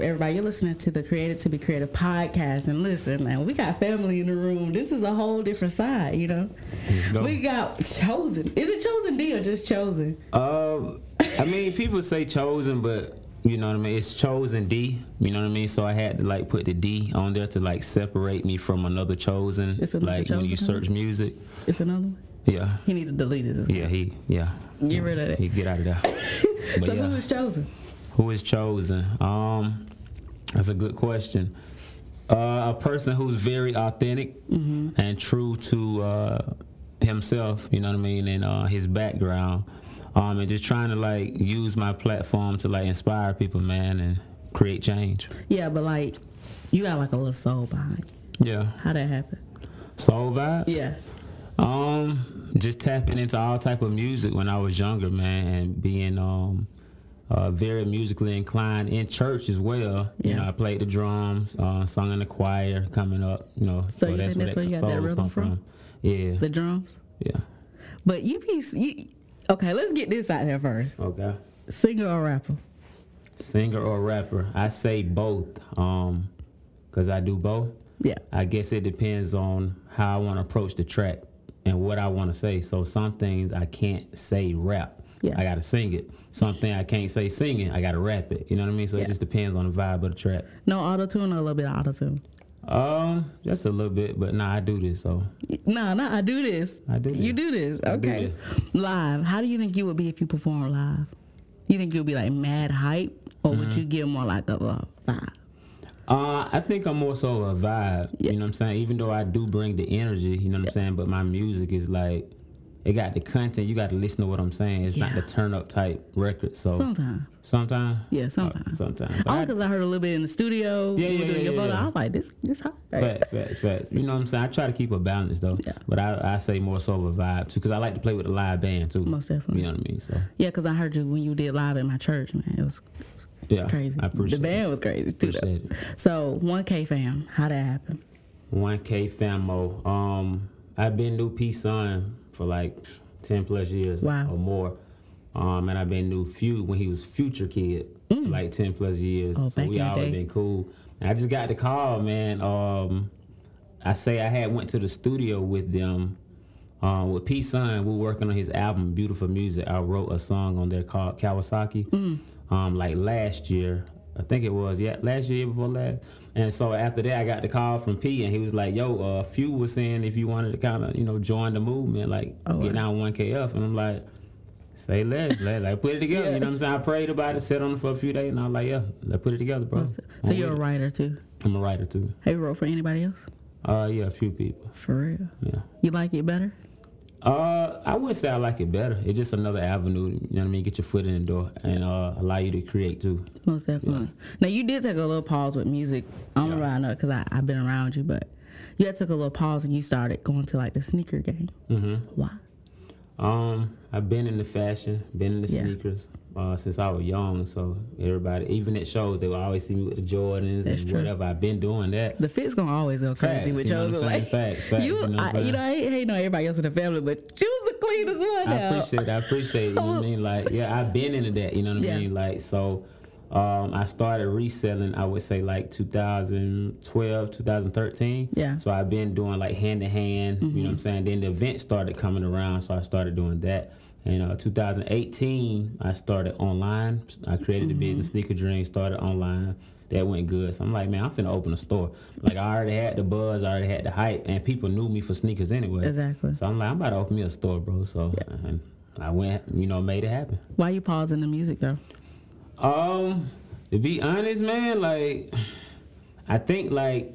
everybody. You're listening to the Created to Be Creative podcast. And listen, man, we got family in the room. This is a whole different side, you know? Let's go. We got Chosen. Is it Chosen D or just Chosen? Uh, I mean, people say chosen, but you know what I mean. It's chosen D. You know what I mean. So I had to like put the D on there to like separate me from another chosen. It's another like when you chosen. search music. It's another one. Yeah, He need to delete it. yeah, he, yeah. Get rid of He it. get out of there. But So yeah, who is Chosen? who is chosen? Um, that's a good question. Uh, a person who's very authentic and true to uh, himself. You know what I mean, and uh, his background. Um, and just trying to like use my platform to like inspire people, man, and create change. Yeah, but like, you got like a little soul behind. it. Yeah, How that happen? soul vibe. Yeah. Um, just tapping into all type of music when I was younger, man, and being um uh, very musically inclined in church as well. You Yeah. know, I played the drums, uh, sung in the choir coming up. You know, So you think that's where you got that soul rhythm come from? Yeah, The drums. yeah. But you be you, okay. Let's get this out there first. Okay. Singer or rapper? Singer or rapper? I say both. Um, cause I do both. Yeah. I guess it depends on how I want to approach the track and what I want to say. So some things I can't say rap. Yeah. I gotta sing it. Something I can't say singing, I gotta rap it. You know what I mean? So Yeah. it just depends on the vibe of the track. No auto tune or a little bit of auto tune. Um, that's a little bit, but nah, I do this. So No, no, I do this. I do You this. do this. I do Okay. Live. How do you think you would be if you perform live? You think you'll be like mad hype, or Mm-hmm. would you get more like of a vibe? Uh, I think I'm more so a vibe. Yeah. You know what I'm saying? Even though I do bring the energy, you know what I'm saying? But my music is like, it got the content. You got to listen to what I'm saying. It's not Yeah. the turn up type record. So Sometimes. sometimes, Yeah, sometimes. sometimes. But Only Uh, I- because I heard a little bit in the studio. Yeah, we were yeah, doing yeah, your photo. yeah. I was like, this, this hot. Facts, facts, facts. You know what I'm saying? I try to keep a balance though. Yeah. But I, I say more so of a vibe too, because I like to play with a live band too. Most definitely. You know what I mean? So Yeah, because I heard you when you did live at my church, man. It was yeah, It's crazy. I appreciate the band was crazy too. though. Appreciate So 1K fam, how that happen? it. 1K Famo. Um, I've been new P Sun for like 10 plus years Wow. or more. Um, and I've been new Few when he was Future Kid, like 10 plus years. Mm. Oh, so back we in the always day. been cool. And I just got the call, man. Um, I say I had went to the studio with them. Uh, with P Sun, we were working on his album Beautiful Music. I wrote a song on there called Kawasaki. Um, like last year, I think it was yeah, last year year before last. And so after that, I got the call from P, and he was like, "Yo, uh, Few was saying if you wanted to kind of you know join the movement, like Oh, get down 1KF." And I'm like. Say less, let like put it together. You know what I'm saying? I prayed about it, sat on it for a few days, and I was like, yeah, let's put it together, bro. So I'm you're a with it. writer too. I'm a writer too. Have you wrote for anybody else? Uh, yeah, a few people. For real. Yeah. You like it better? Uh, I would say I like it better. It's just another avenue. You know what I mean? Get your foot in the door and uh, allow you to create too. Most definitely. Now you did take a little pause with music. Only yeah. I know because I've been around you, but you had took a little pause and you started going to like the sneaker game. Mm-hmm. Why? Um, I've been in the fashion, been in the Yeah. sneakers uh, since I was young. So everybody, even at shows, they will always see me with the Jordans That's and true. whatever. I've been doing that. The fit's gonna always go crazy Facts, with you know yours. what I'm saying? like Facts, facts, you, you know what I, I'm you saying? know, I ain't hating on everybody else in the family, but you was the cleanest one. I out. appreciate it. I appreciate it. You know what I mean? Like, yeah, I've been into that. You know what I Yeah. mean? Like, so um, I started reselling, I would say, like 2012, 2013. Yeah. Mm-hmm. So I've been doing like hand to hand, you know what I'm saying? Then the event started coming around, so I started doing that. And uh, 2018, I started online. I created Mm-hmm. the business Sneaker Dream, started online. That went good. So I'm like, man, I'm finna open a store. Like, I already had the buzz, I already had the hype, and people knew me for sneakers anyway. Exactly. So I'm like, I'm about to open me a store, bro. So and I went, you know, made it happen. Why you pausing the music though? Um, to be honest, man, like I think like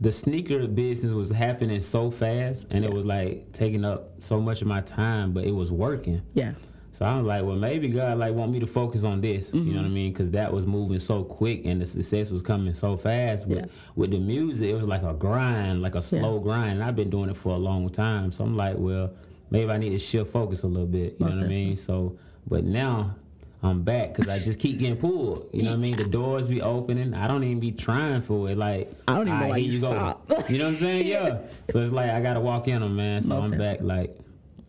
the sneaker business was happening so fast and it was like taking up so much of my time, but it was working. Yeah. So I was like, well, maybe God like want me to focus on this. You Mm-hmm. know what I mean? Because that was moving so quick and the success was coming so fast. But Yeah. with the music, it was like a grind, like a slow grind. And I've been doing it for a long time. So I'm like, well, maybe I need to shift focus a little bit. You Most know what I mean? So, but now I'm back because I just keep getting pulled. You know what I mean? The doors be opening. I don't even be trying for it. Like I don't even "All know why here you go." stop. You know what I'm saying? Yeah. So it's like I gotta walk in them, man. So Most I'm back like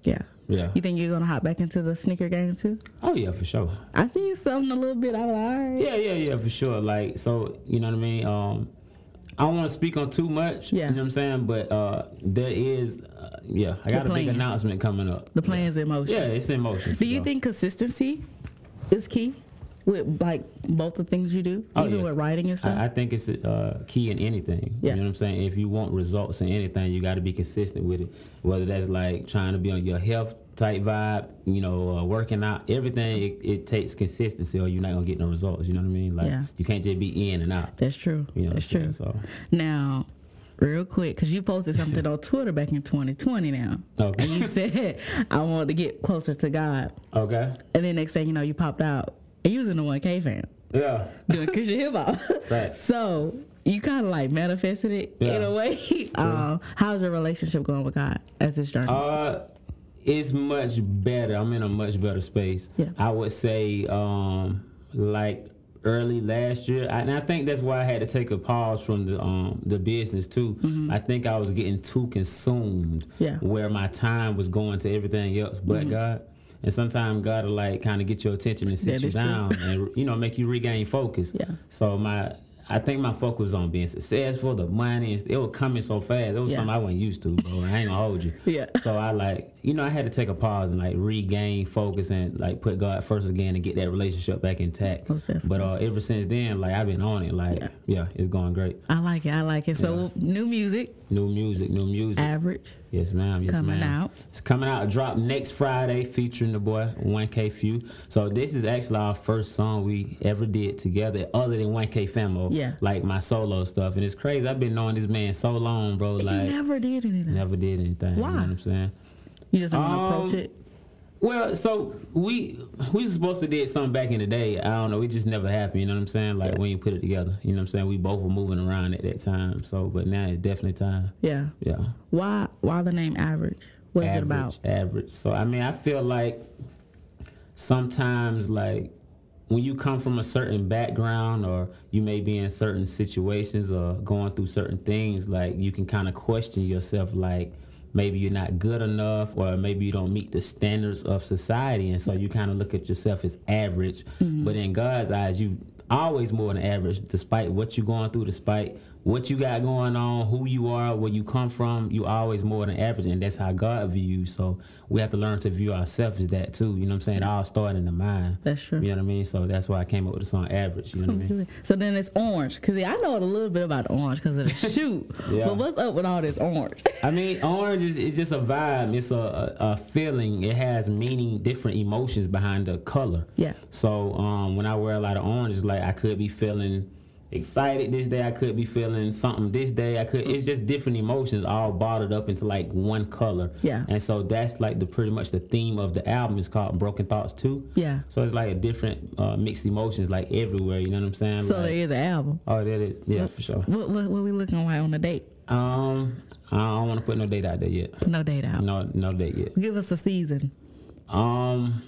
Yeah. Yeah. You think you're gonna hop back into the sneaker game too? Oh yeah, for sure. I see something a little bit. I was like, all right. Yeah, yeah, yeah, for sure. Like, so you know what I mean. Um, I don't want to speak on too much. Yeah. You know what I'm saying, but uh, there is, uh, yeah, I got a big plan. announcement coming up. The plan's in motion. Yeah, it's in motion. for Do you sure. think consistency is key with like both the things you do, Oh, even yeah. with writing and stuff? I, I think it's uh, key in anything. Yeah. You know what I'm saying? If you want results in anything, you got to be consistent with it. Whether that's like trying to be on your health type vibe, you know, uh, working out, everything, it, it takes consistency or you're not going to get no results. You know what I mean? Like, Yeah. you can't just be in and out. That's true. You know That's what true. I'm saying? Now, real quick, because you posted something on Twitter back in 2020 now. So, And okay. you said, I want to get closer to God. okay. And then next thing you know, you popped out. And you was in the 1K fam Yeah. doing Christian hip hop. Facts. So you kind of like manifested it in Yeah. a way. Um, how's your relationship going with God as this journey? Uh, it's much better. I'm in a much better space. Yeah. I would say, um, like early last year, I, and I think that's why I had to take a pause from the um, the business too. I think I was getting too consumed. Mm-hmm. Yeah. Mm-hmm. Where my time was going to everything else but God. And sometimes God will like kind of get your attention and sit That you is true. down and you know make you regain focus. Yeah. So my I think my focus was on being successful, the money, and it was coming so fast. It was Yeah. something I wasn't used to, bro. I ain't gonna hold you. Yeah. So I like, you know, I had to take a pause and like regain focus and like put God first again and get that relationship back intact. Most definitely. But uh, ever since then, like I've been on it. Like, Yeah. yeah, it's going great. I like it. I like it. So new music, New music, new music. average. yes, ma'am. Yes, Coming ma'am. out. It's coming out. Drop next Friday, featuring the boy 1K Few. So this is actually our first song we ever did together, other than 1K Famo. Yeah. Like my solo stuff, and it's crazy. I've been knowing this man so long, bro. you Like, never did anything. never did anything. Why? You know what I'm saying? You just want to Um, approach it. Well, so we we was supposed to did something back in the day. I don't know. It just never happened. You know what I'm saying? Like when you put it together. You know what I'm saying? We both were moving around at that time. So, but now it's definitely time. Yeah. Yeah. Why? Why the name average? What is it about? Average, Average. So I mean, I feel like sometimes like when you come from a certain background or you may be in certain situations or going through certain things, like you can kind of question yourself, like maybe you're not good enough or maybe you don't meet the standards of society, and so you kind of look at yourself as average. But in God's eyes, you always more than average, despite what you're going through, despite what you got going on, who you are, where you come from, you always more than average, and that's how God views. So we have to learn to view ourselves as that too. You know what I'm saying? It all started in the mind. That's true. You know what I mean? So that's why I came up with the song Average. You know what I mean? So then it's orange, cause I know a little bit about orange, cause of the shoot. Yeah. But what's up with all this orange? I mean, orange is it's just a vibe. It's a, a, a feeling. It has meaning, different emotions behind the color. Yeah. So um, when I wear a lot of orange, it's like I could be feeling excited this day. I could be feeling something this day. I could. It's just different emotions all bottled up into like one color. Yeah. And so that's like the pretty much the theme of the album. It's called Broken Thoughts Two. Yeah. So it's like a different uh, mixed emotions like everywhere. You know what I'm saying? So there like, is an album. oh, that is yeah for sure. What what, what we looking like on the date? Um, I don't want to put no date out there yet. No date out. No, no date yet. Give us a season. Um,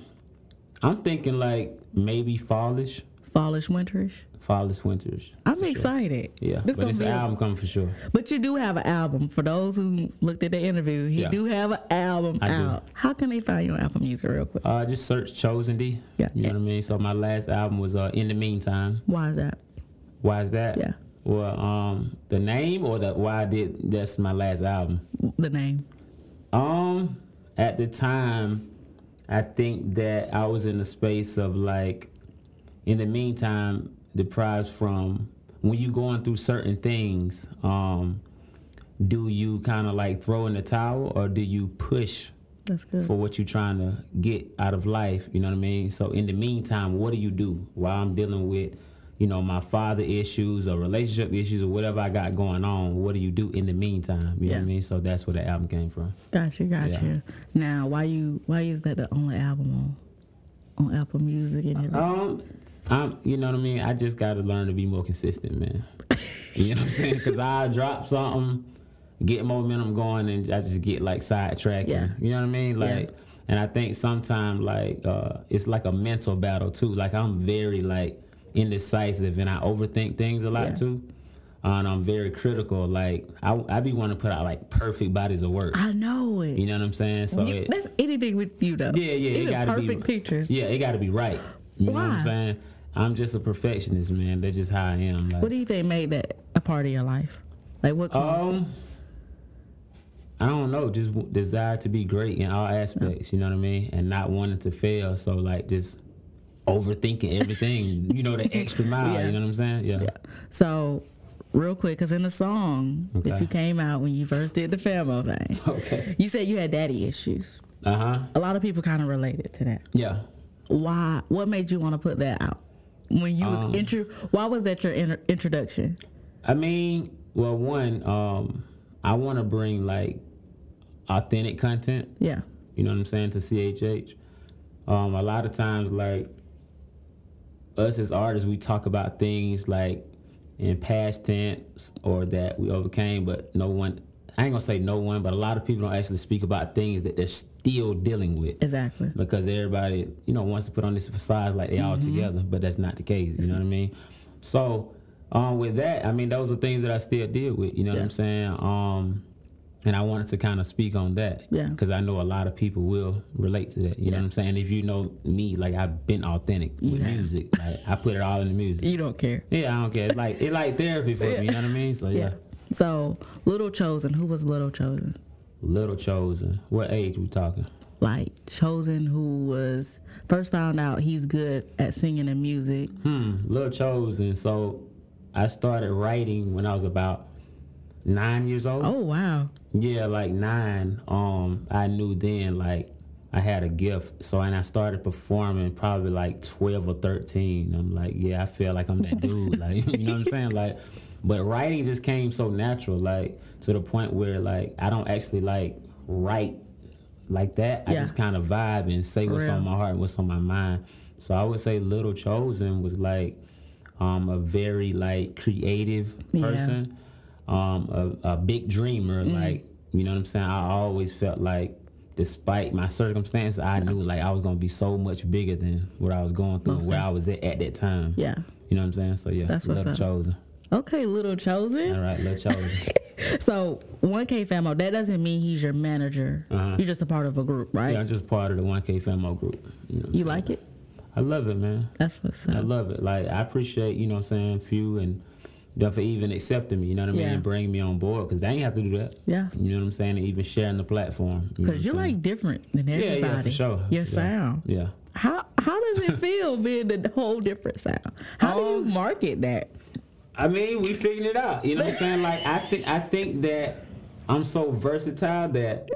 I'm thinking like maybe fallish, Fallish, winterish. fallish, winterish. I'm excited. Yeah, This but gonna it's be an a- album coming for sure. But you do have an album. For those who looked at the interview, he Yeah. do have an album I do. out. How can they find you on Apple Music real quick? Uh, just search Chosen D. Yeah. you know what I mean. So my last album was uh, In the Meantime. Why is that? Why is that? Yeah. Well, um, the name or the why I did that's my last album. The name. Um, at the time, I think that I was in the space of like, in the meantime, deprived from when you going through certain things. Um, do you kind of like throw in the towel or do you push That's good. for what you're trying to get out of life? You know what I mean. So in the meantime, what do you do while I'm dealing with? You know, my father issues or relationship issues or whatever I got going on, what do you do in the meantime? You know Yeah. what I mean? So that's where the album came from. Gotcha, gotcha. Now, why you why is that the only album on on Apple Music and everything? Um, I'm, you know what I mean. I just got to learn to be more consistent, man. you know what I'm saying? Because I drop something, get momentum going, and I just get like sidetracked. Yeah. You know what I mean? Yeah. Like, and I think sometimes like uh, it's like a mental battle too. Like I'm very like indecisive, and I overthink things a lot Yeah. too. and I'm very critical. Like I, I be want to put out like perfect bodies of work. I know it. You know what I'm saying? So You- it, that's anything with you though. yeah, yeah, Even it gotta perfect be pictures. Yeah, it gotta be right. You know what Why? I'm saying? I'm just a perfectionist, man. That's just how I am. Like, What do you think made that a part of your life? Like what? caused it? Um, I don't know. Just w- desire to be great in all aspects. You know what I mean, and not wanting to fail. So like just overthinking everything. you know, the extra mile. Yeah. You know what I'm saying? Yeah. So, real quick, because in the song that Okay. you came out when you first did the famo thing, Okay. you said you had daddy issues. Uh huh. A lot of people kind of related to that. Yeah. Why? What made you want to put that out? When you Um. was intro, why was that your inter- introduction? I mean, well, one, um, I want to bring like authentic content. Yeah, You know what I'm saying to CHH. Um, a lot of times, like us as artists, we talk about things like in past tense or that we overcame, but no one. I ain't gonna say no one, but a lot of people don't actually speak about things that they're still dealing with exactly. because everybody, you know, wants to put on this facade like they all Mm-hmm. together, but that's not the case. You know what I mean? So, um, with that, I mean, those are things that I still deal with. You know what Yeah. I'm saying? Um, and I wanted to kind of speak on that, Yeah. because I know a lot of people will relate to that. You know what I'm saying? If you know me, like I've been authentic with Yeah. music. Like, I put it all in the music. You don't care. Yeah, I don't care. It's Like it, like therapy for me. You know what I mean? So yeah. So, little chosen. Who was little chosen? Little chosen. What age we talking? like chosen who was first found out he's good at singing and music Hmm, Lil Chosen. So I started writing when I was about nine years old. oh wow Yeah, like nine. Um, I knew then like I had a gift. So and I started performing probably like twelve or thirteen. I'm like, yeah, I feel like I'm that dude. Like you know what I'm saying? Like but writing just came so natural, like to the point where like I don't actually like write like that. I Yeah. just kind of vibe and say what's Real. on my heart and what's on my mind. So I would say Little Chosen was like um, a very like creative Yeah. person, um, a, a big dreamer. Mm-hmm. Like you know what I'm saying. I always felt like, despite my circumstance, I knew like I was gonna be so much bigger than what I was going through, where I was at at that time. yeah You know what I'm saying. So yeah, That's what's Little up. Chosen. okay little All chosen right, Little Chosen. so 1k famo that doesn't mean he's your manager Uh-huh. you're just a part of a group right yeah, I'm just part of the 1K Famo group. You, know what I'm you saying? like it I love it, man. that's what's I up love it. Like I appreciate, you know what I'm saying, few and you know, for even accepting me, you know what I mean, Yeah. and bringing me on board because they ain't have to do that. Yeah. You know what I'm saying? And even sharing the platform. you know what because I'm you're saying? like different than Mm-hmm. yeah, everybody yeah, for sure. your yeah. sound Yeah. how how does it feel being the whole different sound how do you Um, market that I mean, we figured it out. You know what I'm saying? Like I think I think that I'm so versatile that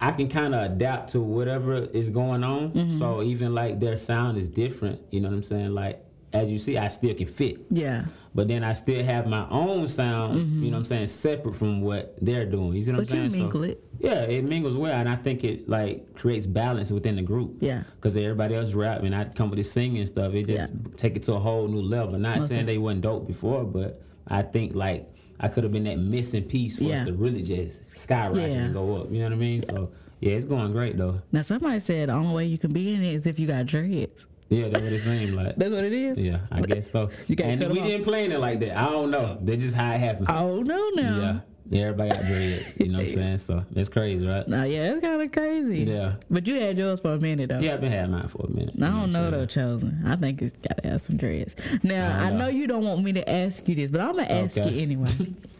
I can kind of adapt to whatever is going on. Mm-hmm. So even like their sound is different. You know what I'm saying? Like as you see, I still can fit. yeah But then I still have my own sound, you know what I'm saying, separate from what they're doing. You see what Mm-hmm. But you I'm saying? So- mingle it. Yeah, it mingles well and I think it like creates balance within the group. Yeah. Cause everybody else rap and I come with this singing stuff. It just take it to a whole new level. Not saying they wasn't dope before, but I think like I could have been that missing piece for Yeah. us to really just skyrocket Yeah. and go up. You know what I mean? So yeah, it's going great though. now somebody said the only way you can be in it is if you got dreads Yeah, that's what it seemed like. that's what it is Yeah, I guess so. You can't and cut 'em we off. didn't plan it like that. I don't know. That's just how it happened. oh no no Yeah. Yeah, everybody got dreads. You know what I'm saying? So it's crazy, right? Now, yeah, it's kind of crazy. Yeah. But you had yours for a minute though. Yeah, I've been having mine for a minute. I don't know though, chosen. I think it's gotta have some dreads. Now I, I know. know. you don't want me to ask you this, but I'm gonna ask Okay. it anyway.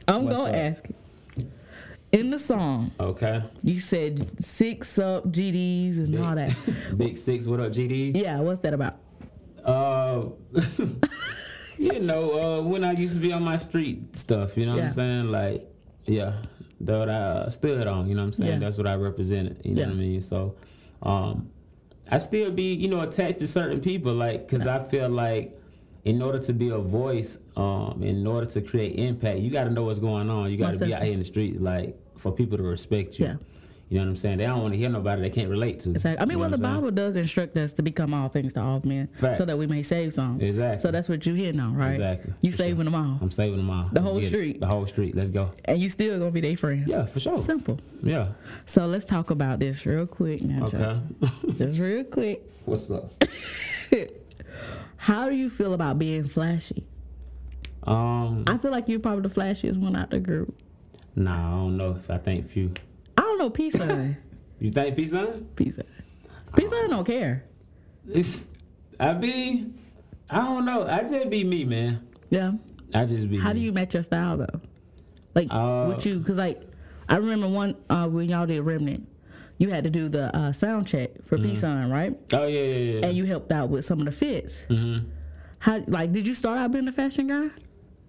I'm What's gonna up? ask it. In the song, Okay. you said six up GDs and all that. Big Six, what up, GD? yeah, what's that about? Uh, you know, uh, when I used to be on my street stuff, you know Yeah. what I'm saying? Like, yeah, that what I uh, stood on, you know what I'm saying? Yeah. That's what I represented, you know Yeah. what I mean? So, um, I still be, you know, attached to certain people, like, because I feel like in order to be a voice, um, in order to create impact, you got to know what's going on. You got Most to be out definitely. here in the streets, like, for people to respect you. Yeah. You know what I'm saying? They don't want to hear nobody they can't relate to. It's like, I mean, You know well, what the I'm saying? Bible does instruct us to become all things to all men, so Facts. that we may save some. Exactly. So that's what you hitting on, right? Exactly. You For sure. saving them all, I'm saving them all. The whole get it. street. The whole street. Let's go. and you still gonna be their friend. Yeah, for sure. Simple. Yeah. So let's talk about this real quick now, Okay. Chosen. Just real quick. What's up? How do you feel about being flashy? Um, I feel like you're probably the flashiest one out the group. nah, I don't know if I think few. I don't know, Peace Sun. You think P Sun? Peace Sun. Peace Sun don't care. It's I be I don't know. I just be me, man. Yeah. I just be How do me. you match your style though? Like Mm. Uh, with you, because like I remember one uh, when y'all did Remnant, you had to do the uh, sound check for Peace Sun, right? Oh yeah, yeah, yeah. And you helped out with some of the fits. Mm-hmm. How like did you start out being a fashion guy?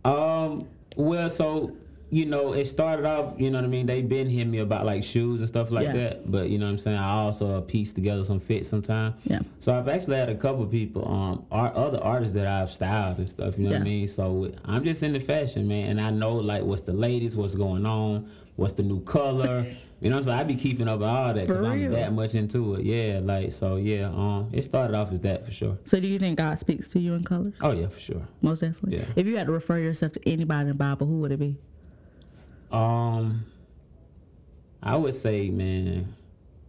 Um, well, so you know, it started off, you know what I mean. They been hitting me about like shoes and stuff like Yeah. that, but you know what I'm saying. I also piece together some fits sometime. Yeah. So I've actually had a couple people, um, art, other artists that I've styled and stuff. You know what Yeah. I mean. So I'm just in the fashion, man, and I know like what's the latest, what's going on, what's the new color. you know, what I'm saying. I be keeping up with all that because For I'm real? that much into it. Yeah, like so. Yeah. Um, it started off as that for sure. So do you think God speaks to you in colors? Oh yeah, for sure. Most definitely. Yeah. If you had to refer yourself to anybody in the Bible, who would it be? Um, I would say, man,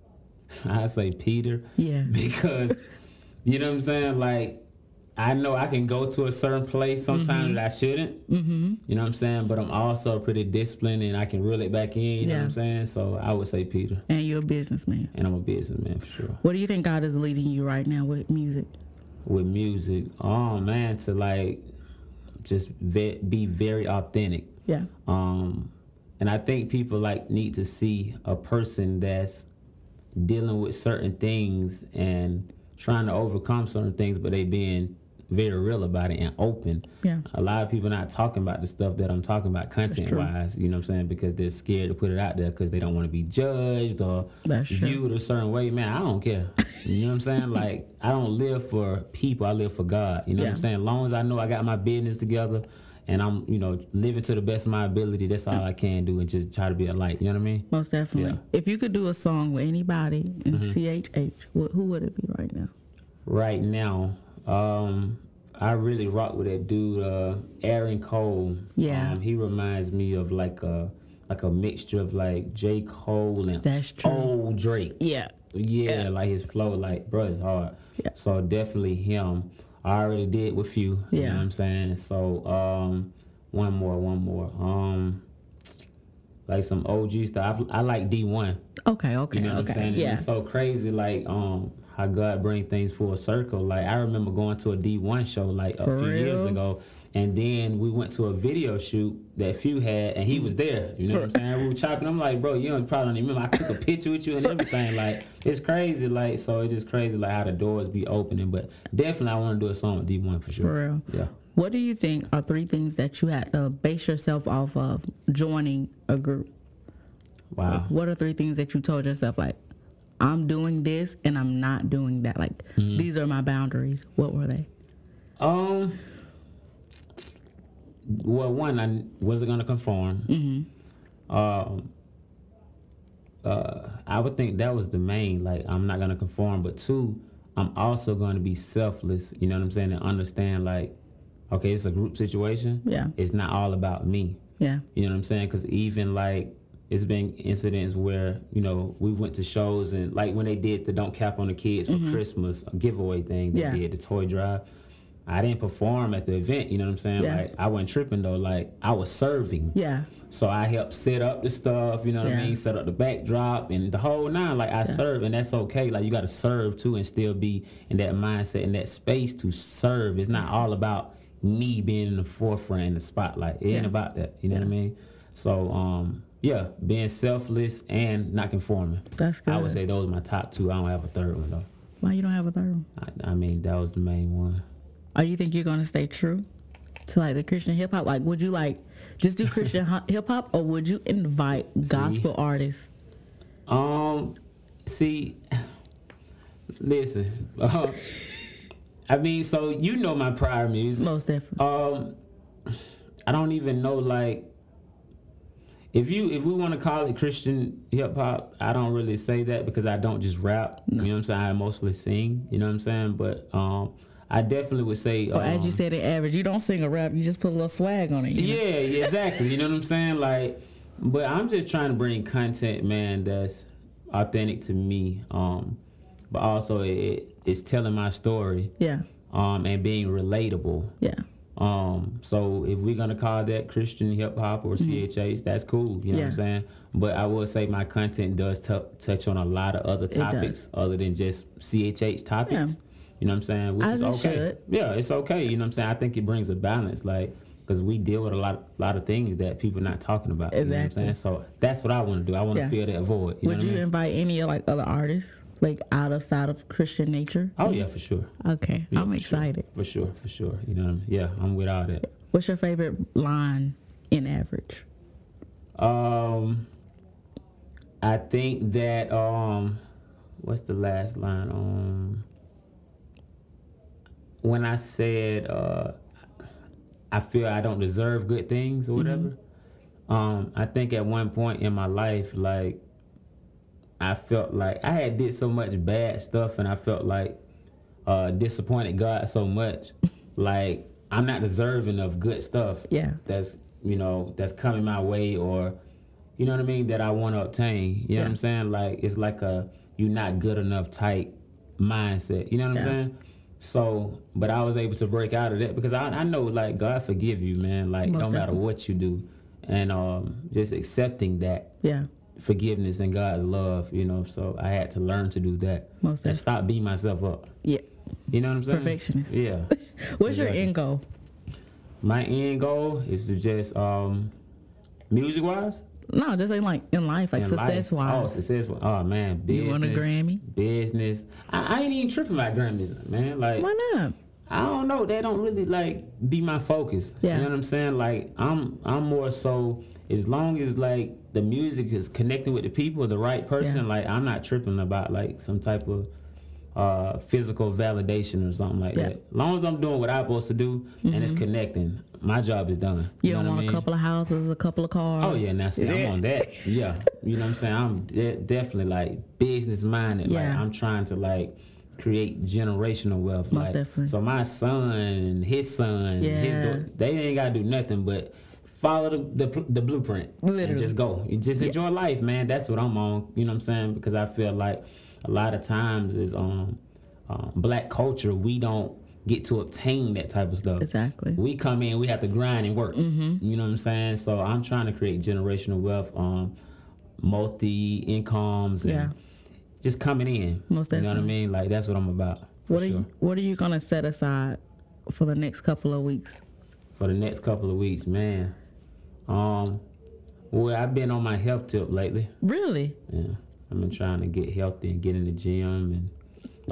I say Peter Yeah. because you know what I'm saying. Like, I know I can go to a certain place sometimes that I shouldn't. Mm-hmm. You know what I'm saying. But I'm also pretty disciplined and I can reel it back in. You know what Yeah. I'm saying. So I would say Peter, And you're a businessman. and I'm a businessman for sure. What do you think God is leading you right now with music? With music, oh man, to like just ve- be very authentic. Yeah. um, and I think people like need to see a person that's dealing with certain things and trying to overcome certain things, but they being very real about it and open. Yeah. A lot of people not talking about the stuff that I'm talking about content wise, you know what I'm saying? Because they're scared to put it out there because they don't want to be judged or That's true. viewed a certain way. Man, I don't care. You know what I'm saying? Like, I don't live for people, I live for God. You know what Yeah. I'm saying? long as I know I got my business together and I'm, you know, living to the best of my ability, that's all I can do and just try to be a light. You know what I mean? Most definitely. If you could do a song with anybody in Mm-hmm. CHH, wh- who would it be right now? Right now, um, I really rock with that dude, uh, Aaron Cole. Yeah. Um, he reminds me of like a like a mixture of like J. Cole and That's true. old Drake. Yeah. Yeah, like his flow, like bro, it's hard. Yeah. So definitely him. I already did with you. You Yeah. know what I'm saying? So um one more, one more. Um like some OG stuff. I, I like D one. Okay, okay, You know what I'm okay. saying? And yeah. It's so crazy, like um how God bring things full circle. Like I remember going to a D one show like For a few years real? ago. And then we went to a video shoot that Few had, and he was there. You know what I'm saying? We were chopping. I'm like, bro, you don't probably don't even remember. I took a picture with you and everything. Like, it's crazy. Like, so it's just crazy, like how the doors be opening. But definitely, I want to do a song with D1 for sure. For real. Yeah. What do you think are three things that you had to base yourself off of joining a group? Wow. What are three things that you told yourself like, I'm doing this and I'm not doing that? Like Mm-hmm. these are my boundaries. What were they? Um. Well, one, I wasn't gonna conform. Um. Uh, I would think that was the main. Like, I'm not gonna conform. But two, I'm also gonna be selfless. You know what I'm saying? And understand, like, okay, it's a group situation. Yeah. It's not all about me. Yeah. You know what I'm saying? Because even like it's been incidents where you know we went to shows and like when they did the "Don't Cap on the Kids" for Christmas giveaway thing, they Mm-hmm. Yeah. did the toy drive. I didn't perform at the event. You know what I'm saying? Yeah. Like I wasn't tripping though. Like I was serving. Yeah. So I helped set up the stuff, you know what Yeah. I mean? Set up the backdrop and the whole nine. Like I serve, and that's okay. Like you got to serve too, and still be in that mindset and that space to serve. It's not all about me being in the forefront in the spotlight. It ain't Yeah. about that. You know what I mean? So um, yeah, being selfless and not conforming. That's good. I would say those are my top two. I don't have a third one though. Why you don't have a third one? I, I mean that was the main one. Or you think you're gonna stay true to like the Christian hip hop? Like, would you like just do Christian hip hop, or would you invite gospel artists? Um, see, listen. Uh, I mean, so you know my prior music. Most definitely. Um, I don't even know like if you if we want to call it Christian hip hop. I don't really say that because I don't just rap. You know what I'm saying? I mostly sing. You know what I'm saying? But um, I definitely would say. Or as um, you said in average, you don't sing a rap, you just put a little swag on it. you know? yeah, yeah, exactly. You know what I'm saying? Like, but I'm just trying to bring content, man, that's authentic to me. Um, but also it, it's telling my story, Yeah. um, and being relatable. Yeah. Um, so if we're gonna call that Christian hip hop or CHH, that's cool. You Mm-hmm. know what Yeah. I'm saying? But I will say my content does tou touch on a lot of other topics other than just CHH topics. You know what I'm saying? Which As is it okay. should. Yeah, it's okay. You know what I'm saying? I think it brings a balance, like because we deal with a lot, lot of things that people not talking about. You know what I'm Exactly. saying? So that's what I want to do. I want to Yeah. fill that void. You know Would what you I mean? invite any like other artists like out of side of Christian nature? Oh yeah, for sure. Okay, Yeah, I'm for sure. excited. For sure, for sure. You know what I mean? Yeah, I'm with all that. What's your favorite line in average? Um, I think that um, what's the last line? Um, when I said uh, I feel I don't deserve good things or whatever. Um, I think at one point in my life, like I felt like I had did so much bad stuff, and I felt like uh, disappointed God so much, like I'm not deserving of good stuff Yeah. that's you know that's coming my way or you know what I mean that I want to obtain. You know what Yeah. I'm saying? Like it's like a you're not good enough type mindset. You know what Yeah. I'm saying? So, but I was able to break out of that because I, I know like God forgive you, man. Like Most no matter definitely. what you do, and um, just accepting that Yeah. forgiveness and God's love. You know, so I had to learn to do that Most definitely. and stop beating myself up. Yeah. You know what I'm saying? Perfectionist. Yeah. What's your Exactly. end goal? My end goal is to just um, music wise. No, just ain't like in life, like in life. success Oh, wise. successful. Oh man, business. You want a Grammy? Business. I, I ain't even tripping about Grammys, man. Like Why not? I don't know. They don't really like be my focus. Yeah. You know what I'm saying? Like I'm I'm more so as long as like the music is connecting with the people, the right person, Yeah. like I'm not tripping about like some type of uh, physical validation or something like Yeah. Mm-hmm. that. As long as I'm doing what I'm supposed to do and it's connecting, my job is done. You, know don't what I want mean? a couple of houses, a couple of cars. Oh yeah, now see, Yeah. I'm on that. Yeah, you know what I'm saying. I'm de- definitely like business minded. Like Yeah. I'm trying to like create generational wealth. Most like, definitely. So my son and his son, yeah. his Yeah. daughter, they ain't gotta do nothing but follow the the, pl- the blueprint. And Literally. just go. You just enjoy life, man. That's what I'm on. You know what I'm saying? Because I feel like a lot of times is um, um black culture we don't get to obtain that type of stuff Exactly. we come in, we have to grind and work. Mm-hmm. You know what I'm saying? So I'm trying to create generational wealth, um, multi incomes, and Yeah. just coming in. Most You know what I definitely. mean? Like that's what I'm about. For What are sure. you What are you gonna set aside for the next couple of weeks? For the next couple of weeks, man. Um, well, I've been on my health tip lately. Really? Yeah, I've been trying to get healthy and get in the gym and.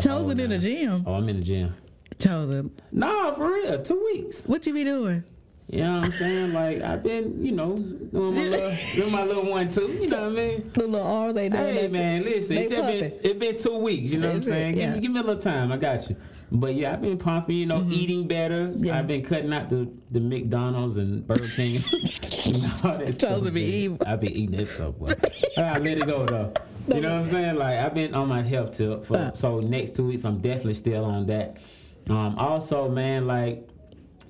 Chosen in the nine. gym. Oh, I'm in the gym. Chosen. Nah, for real, two weeks. What you be doing? You know what I'm saying? Like I've been, you know, doing my little, doing my little one two. You know what I mean? The little arms ain't doing Hey nothing. man, listen, they it's been pumping. it been two weeks. You know what I'm That's it, saying? yeah. Mm-hmm. Give, me, give me a little time. I got you. But yeah, I've been pumping. You know, eating better. Yeah. I've been cutting out the, the McDonald's and Burger King. and all that stuff, to be man. eating. I be eating that stuff. Boy. all right, let it go though. You know what I'm saying? Like I've been on my health tip for Uh. so next two weeks. I'm definitely still on that. Um, also, man, like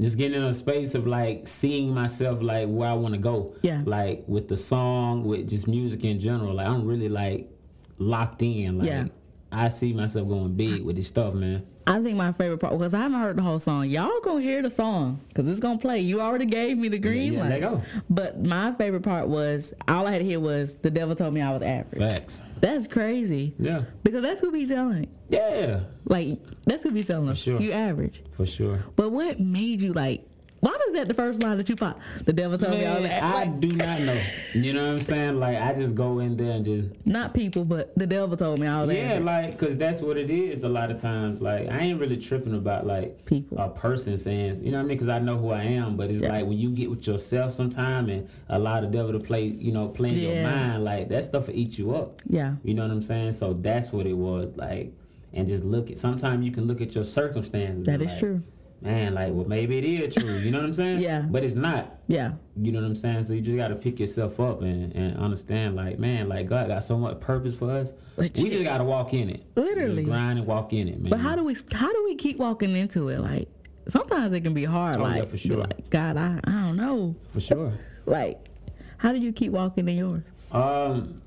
just getting in a space of like seeing myself like where I want to go. Yeah. Like with the song, with just music in general. Like I'm really like locked in. Like Yeah. I see myself going big with this stuff, man. I think my favorite part because I haven't heard the whole song. Y'all gonna hear the song because it's gonna play. You already gave me the green yeah, light. let go. But my favorite part was all I had to hear was the devil told me I was average. Facts. That's crazy Yeah. because that's who be telling it. Yeah. Like that's who be telling us sure. you average. For sure. But what made you like? Why was that the first line that you popped? The devil told me I was Man, average. I Like, do not know. You know what I'm saying? Like I just go in there and just not people, but the devil told me I was Yeah, average. like, cause that's what it is. A lot of times, like, I ain't really tripping about like People. a person saying, you know what I mean? Cause I know who I am. But it's Yeah. like when you get with yourself sometime and allow the devil to play, you know, play in your Yeah. mind, like that stuff will eat you up. Yeah. You know what I'm saying? So that's what it was like. And just look at. Sometimes you can look at your circumstances. That and, is like, true. Man, like, well, maybe it is true. You know what I'm saying? Yeah. But it's not. Yeah. You know what I'm saying? So you just gotta pick yourself up and, and understand, like, man, like God got so much purpose for us. Like, we just gotta walk in it. Literally. Just grind and walk in it, man. But how do we how do we keep walking into it? Like sometimes it can be hard. Oh, yeah, like, for be sure. like, God, I, I don't know. for sure. Like, how do you keep walking in yours? Um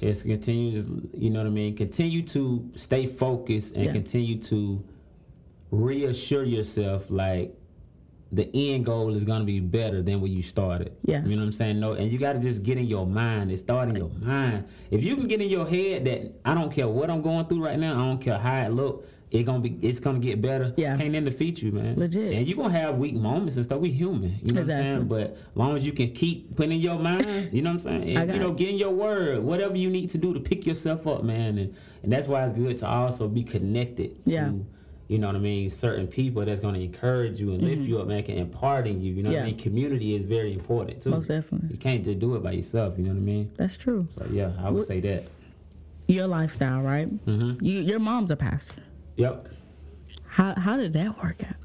it's continues you know what I mean, continue to stay focused and Yeah. continue to reassure yourself like the end goal is gonna be better than where you started. Yeah. You know what I'm saying? No, and you gotta just get in your mind. It start in your mind. If you can get in your head that I don't care what I'm going through right now, I don't care how it look, it gonna be it's gonna get better. Yeah. Can't end defeat you, man. Legit. And you gonna have weak moments and stuff. We human. You know what I'm saying? Exactly. But as long as you can keep putting in your mind, you know what I'm saying? I And, got you know, it. get in your word, whatever you need to do to pick yourself up, man. And, and that's why it's good to also be connected to, Yeah. you know what I mean, certain people that's going to encourage you and lift you up, man, can impart in you. You know what I Mm-hmm. Yeah. mean? Community is very important, too. Most definitely. You can't just do it by yourself, you know what I mean? That's true. So, yeah, I would say that. Your lifestyle, right? Mm-hmm. You, your mom's a pastor. Yep. How how did that work out?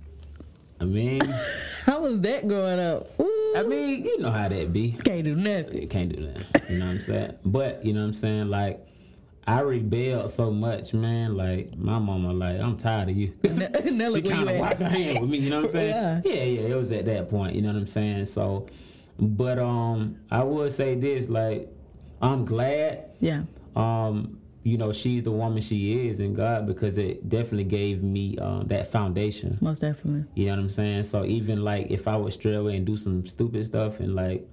I mean, How was that growing up? Ooh, I mean, you know how that be. can't do nothing. it can't do that. You know what I'm saying? But you know what I'm saying? Like, I rebelled so much, man. Like, my mama, like, I'm tired of you. now she look where kind you of at. washed her hand with me. You know what I'm saying? Yeah. yeah, It was at that point. You know what I'm saying? So, but um, I would say this, like, I'm glad Yeah. um, you know, she's the woman she is in God because it definitely gave me uh, that foundation. Most definitely. You know what I'm saying? So even like if I would stray away and do some stupid stuff and like,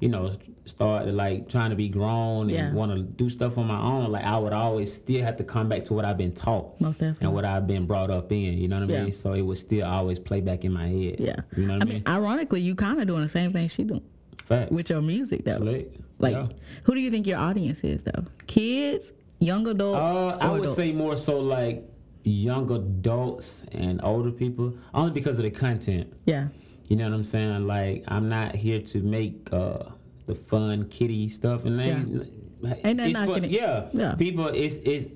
you know, start like trying to be grown and Yeah. want to do stuff on my own, like I would always still have to come back to what I've been taught Most definitely. and what I've been brought up in. You know what I Yeah. mean? So it would still always play back in my head. yeah. You know what I mean? ironically, you kind of doing the same thing she doing Facts. with your music though. Slick. uh, Like, Yeah. who do you think your audience is though? Kids, young adults. Uh, I or would adults? say more so like young adults and older people, only because of the content. Yeah. You know what I'm saying? Like I'm not here to make uh, the fun kiddie stuff, and they, Ain't that it's for- knocking it. Yeah, Yeah. People, it's it's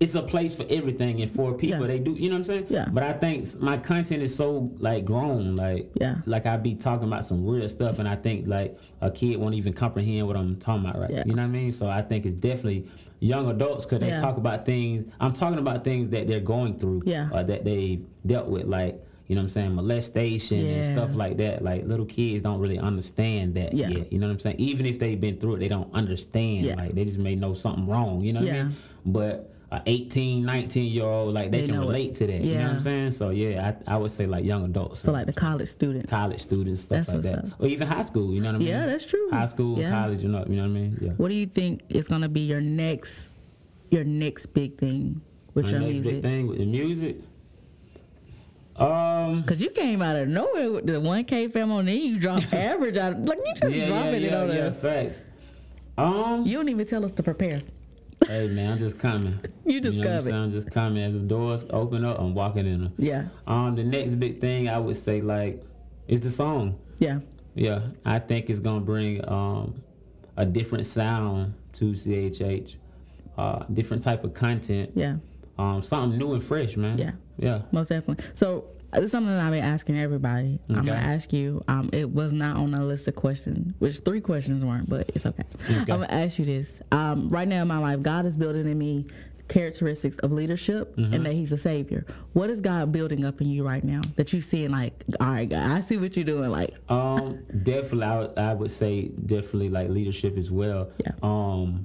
it's a place for everything, and for people, Yeah. they do. You know what I'm saying? Yeah. But I think s- my content is so like grown, like Yeah. like I be talking about some real stuff, and I think like a kid won't even comprehend what I'm talking about, right? Yeah. You know what I mean? So I think it's definitely young adults because they Yeah. talk about things. I'm talking about things that they're going through, Yeah. or that they dealt with, like. You know what I'm saying? Molestation and Yeah. stuff like that. Like little kids don't really understand that Yeah. yet. You know what I'm saying? Even if they've been through it, they don't understand. Yeah. Like they just may know something wrong. You know what I Yeah. mean? But a 18, 19 year old, like they, They can know it. relate to that. You know what Yeah. I'm saying? So yeah, I, I would say like young adults, So like the college student. college students, stuff That's like what's that, or even high school. You know what I mean? Yeah, that's true. High school, Yeah. college, you know, you know what I mean? Yeah. What do you think is gonna be your next, your next big thing with My your next big music? thing with the music. Um. Cause you came out of nowhere with the one K fam on there. You dropped average out. Of, like you just Yeah, yeah, dropping it yeah, on yeah. us. Facts. Um. You don't even tell us to prepare. Hey man, I'm just coming. You just know what I'm coming. saying? I'm just coming. As the doors open up, I'm walking in them. Yeah, Um, the next big thing I would say like is the song. yeah, Yeah, I think it's gonna bring um a different sound to CHH, uh, different type of content, yeah. um, something new and fresh, man. Yeah. yeah. Most definitely. So this is something that I've been asking everybody. I'm Okay. gonna ask you. Um, it was not on the list of questions, which three questions weren't, but it's okay. I'm gonna ask you this. Um, right now in my life, God is building in me characteristics of leadership Mm-hmm. and that He's a savior. What is God building up in you right now that you seeing? Like, all right, God, I see what you're doing. Like, Um, definitely, I would, I would say definitely like leadership as well. Yeah. Um,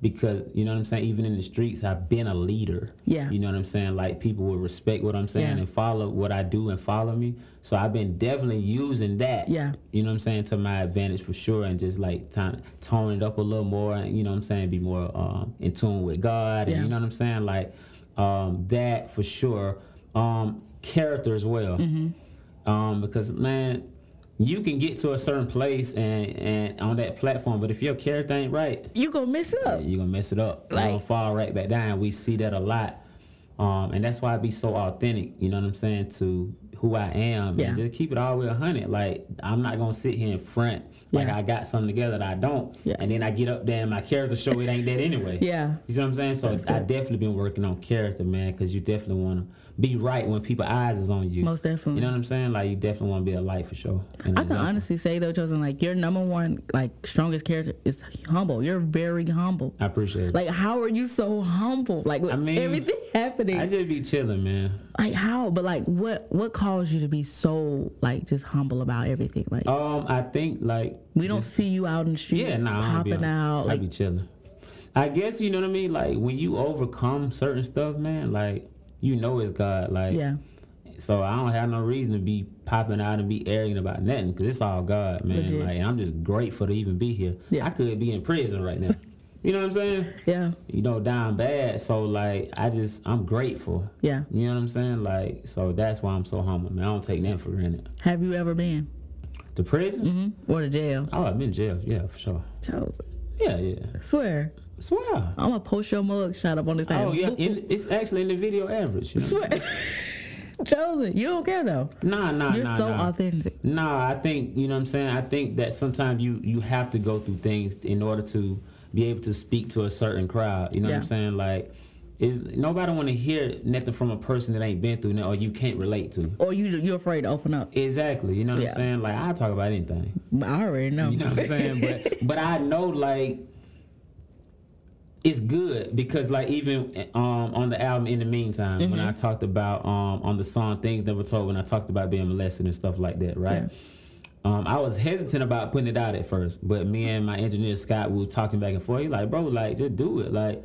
because you know what I'm saying. Even in the streets, I've been a leader. Yeah. You know what I'm saying. Like people will respect what I'm saying Yeah. and follow what I do and follow me. So I've been definitely using that. Yeah. You know what I'm saying to my advantage for sure, and just like tone tone it up a little more, and you know what I'm saying, be more um, in tune with God, Yeah. and you know what I'm saying, like um, that for sure. Um, character as well um, because man, you can get to a certain place and, and on that platform, but if your character ain't right, you gonna mess up? you're gonna mess it up. Right. You're gonna fall right back down. We see that a lot, um, and that's why I be so authentic. You know what I'm saying to who I am, Yeah. and just keep it all the way hundred. Like I'm not gonna sit here in front like Yeah. I got something together that I don't, Yeah. and then I get up there and my character show it ain't that anyway. Yeah. You see what I'm saying? So it's, I good. definitely been working on character, man, because you definitely want to be right when people eyes is on you. Most definitely. You know what I'm saying? Like you definitely want to be a light for sure. and I an can example. honestly say though, Chosen, like your number one, like strongest character is humble. You're very humble. I appreciate it. Like, how are you so humble? Like, with I mean, everything happening. I just be chilling, man. like, how? But like, what? What caused you to be so like just humble about everything? Like, Um, I think like we don't see you out in the streets yeah, nah, I'll be popping out. I Like, be chilling. I guess you know what I mean. Like when you overcome certain stuff, man. Like you know it's God. Like yeah, it. So I don't have no reason to be popping out and be arrogant about nothing because it's all God, man. Legit. Like I'm just grateful to even be here. Yeah. I could be in prison right now. you know what I'm saying? Yeah. You know, down bad. So like, I just I'm grateful. Yeah. You know what I'm saying? Like, so that's why I'm so humble, man. I don't take nothing for granted. Have you ever been? To prison? Mm, Or to jail? Oh, I've been in jail. Yeah, for sure. Chose. Yeah, yeah. Swear. Swear. I'm gonna post your mug shot up on this thing. Oh yeah, in, it's actually in the video average. You know? Swear. Chosen. You don't care though. Nah, nah, You're Ah, nah, so nah. authentic. Nah, I think you know what I'm saying. I think that sometimes you you have to go through things in order to be able to speak to a certain crowd. You know what Yeah. I'm saying? Like, is nobody want to hear nothing from a person that ain't been through nothing or you can't relate to. Or you you're afraid to open up. Exactly. You know what Yeah. I'm saying? Like I talk about anything. I already know. You know what I'm saying? But but I know like it's good because like even um on the album in the meantime when Mm-hmm. I talked about um on the song things never told when I talked about being molested and stuff like that right. Yeah. Um, I was hesitant about putting it out at first, but me and my engineer Scott we were talking back and forth. He like, bro, like just do it, like,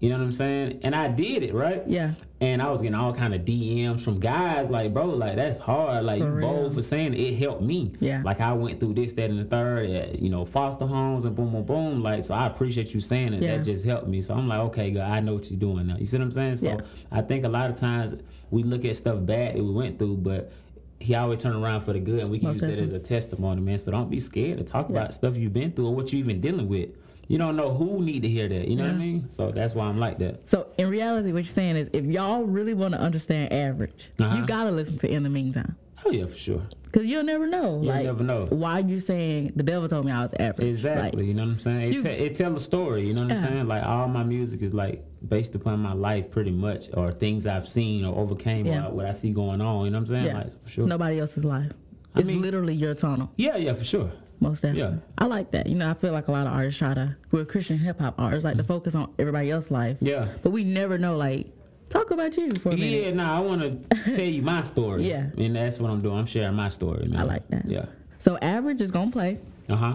you know what I'm saying? And I did it, right? yeah. And I was getting all kind of DMs from guys like, bro, like that's hard. Like For you real. bold for saying it. It helped me. Yeah. Like I went through this, that, and the third at, you know, foster homes and boom boom boom. Like, so I appreciate you saying it. Yeah. That just helped me. So I'm like, okay, God, I know what you're doing now. You see what I'm saying? So Yeah. I think a lot of times we look at stuff bad that we went through, but he always turned around for the good and we can Most use that as a testimony, man. So don't be scared to talk about stuff you've been through or what you even dealing with. You don't know who need to hear that. You know what I Yeah. mean? So that's why I'm like that. So in reality, what you're saying is, if y'all really want to understand average, you Uh-huh. gotta listen to in the meantime, Oh yeah, for sure. because you'll never know. You'll like, never know. Why you saying the devil told me I was average? Exactly. Like, you know what I'm saying? It, You- te- it tell a story. You know what Yeah. I'm saying? Like all my music is like based upon my life, pretty much, or things I've seen or overcame, Yeah. or what I see going on. You know what I'm saying? yeah. Like for sure. Nobody else's life. I It's mean- literally your tunnel. Yeah, yeah, for sure. Most definitely. Yeah. I like that. You know, I feel like a lot of artists try to, we're Christian hip hop artists, like to focus on everybody else's life. Mm-hmm. Yeah. But we never know, like, talk about you for a minute. Yeah, nah, I want to tell you my story. Yeah. And that's what I'm doing. I'm sharing my story, man. I like that. Yeah. So, average is going to play. Uh huh.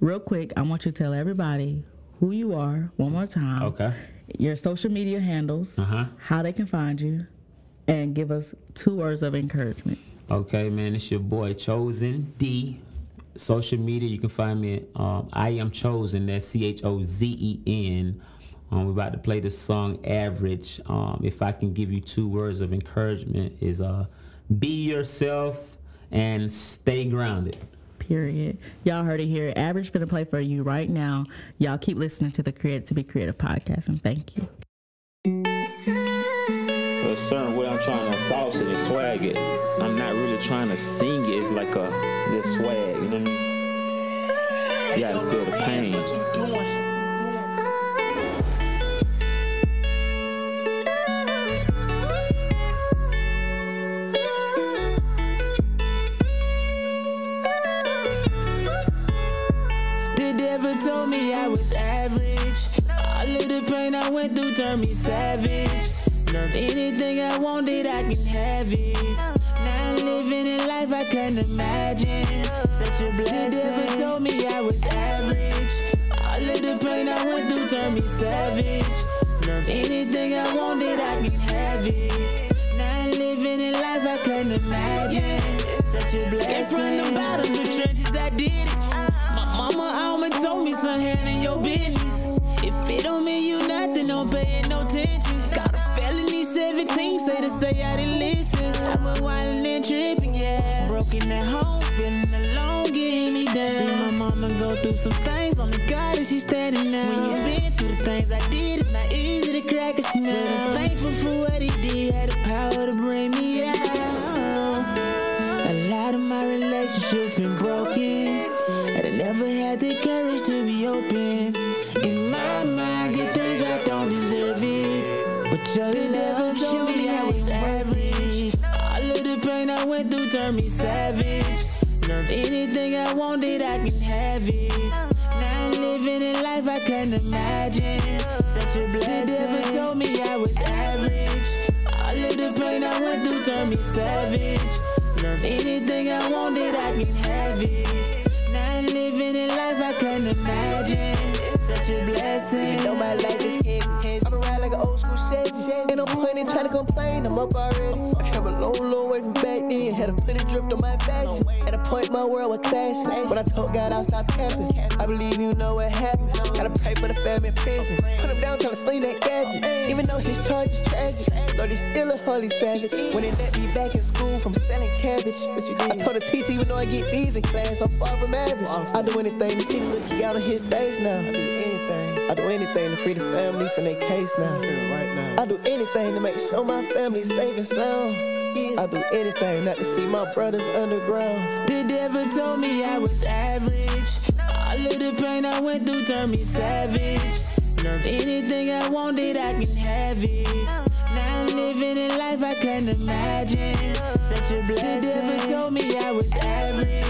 Real quick, I want you to tell everybody who you are one more time, Okay. your social media handles, Uh huh. how they can find you, and give us two words of encouragement. Okay, man, it's your boy Chosen D. Social media, you can find me at um, I Am Chosen. That's C H O Z E N. Um, we're about to play the song Average. Um, if I can give you two words of encouragement, is uh, be yourself and stay grounded. Period. Y'all heard it here. Average finna play for you right now. Y'all keep listening to the Create to Be Creative podcast, and thank you. a certain way I'm trying to sauce it and swag it. I'm not really trying to sing it. It's like a this swag, you know what I mean? You gotta feel the pain. The devil told me I was average. All of the pain I went through turned me savage. Learned anything I wanted, I can have it. Now I'm living a life I couldn't imagine. Such a blessing. The devil told me I was average. All of the pain I went through turned me savage. Learned anything I wanted, I can have it. Now I'm living a life I couldn't imagine. Such a blessing. Came from the bottom, the trenches, I did it. My mama always told me, son, handle your business. If it don't mean you nothing, don't pay it no attention. Got a felony 17, say to say I didn't listen. I was wildin' and tripping, yeah. Broken at home, feeling alone, getting me down. See my mama go through some things, only God is she standing now. When you been through the things I did, it's not easy to crack us now. But I'm thankful for what he did, had the power to bring me out. A lot of my relationships been broken. And I never had the courage to be open. In my mind, get things I don't deserve it. But your love showed me I was average. All of the pain I went through turned me savage. Learned anything I wanted, I can have it. Now I'm living a life I couldn't imagine. Such a blessing. The devil told me I was average. All of the pain I went through turned me savage. Learned anything I wanted, I can have it. Now I'm living a life I couldn't imagine. Such a blessing. You know my life is heavy. I'm around like an old school Chevy. And I'm punting, trying to complain. I'm up already. I traveled a long, long way from back then. Had a plenty drift on my fashion. At a point, my world was clashing. When I told God I'll stop capping. I believe you know what happened. Gotta pray for the family in prison. Put him down, tryna sling that gadget. Even though his charge is tragic. Lord, he's still a holy savage. When they let me back in school from selling cabbage. I told the teacher, even though I get B's in class, I'm far from average. I do anything to see the look he got on his face now. I do anything. I do anything to free the family from their case now. Right now. I do anything to make sure my family's safe and sound. Yeah. I do anything not to see my brothers underground. The devil told me I was average. All of the pain I went through turned me savage. Learned anything I wanted, I can have it. Now I'm living a life I can't imagine. Such a blessing. The devil told me I was average.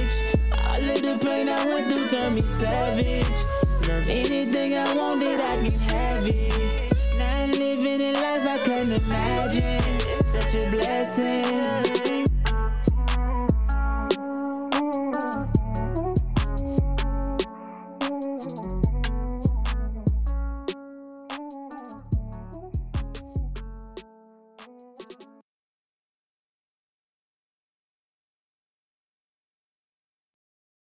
All of the pain I went through turned me savage. Learned anything I wanted, I can have it. Now I'm living a life I can't imagine. Such a blessing.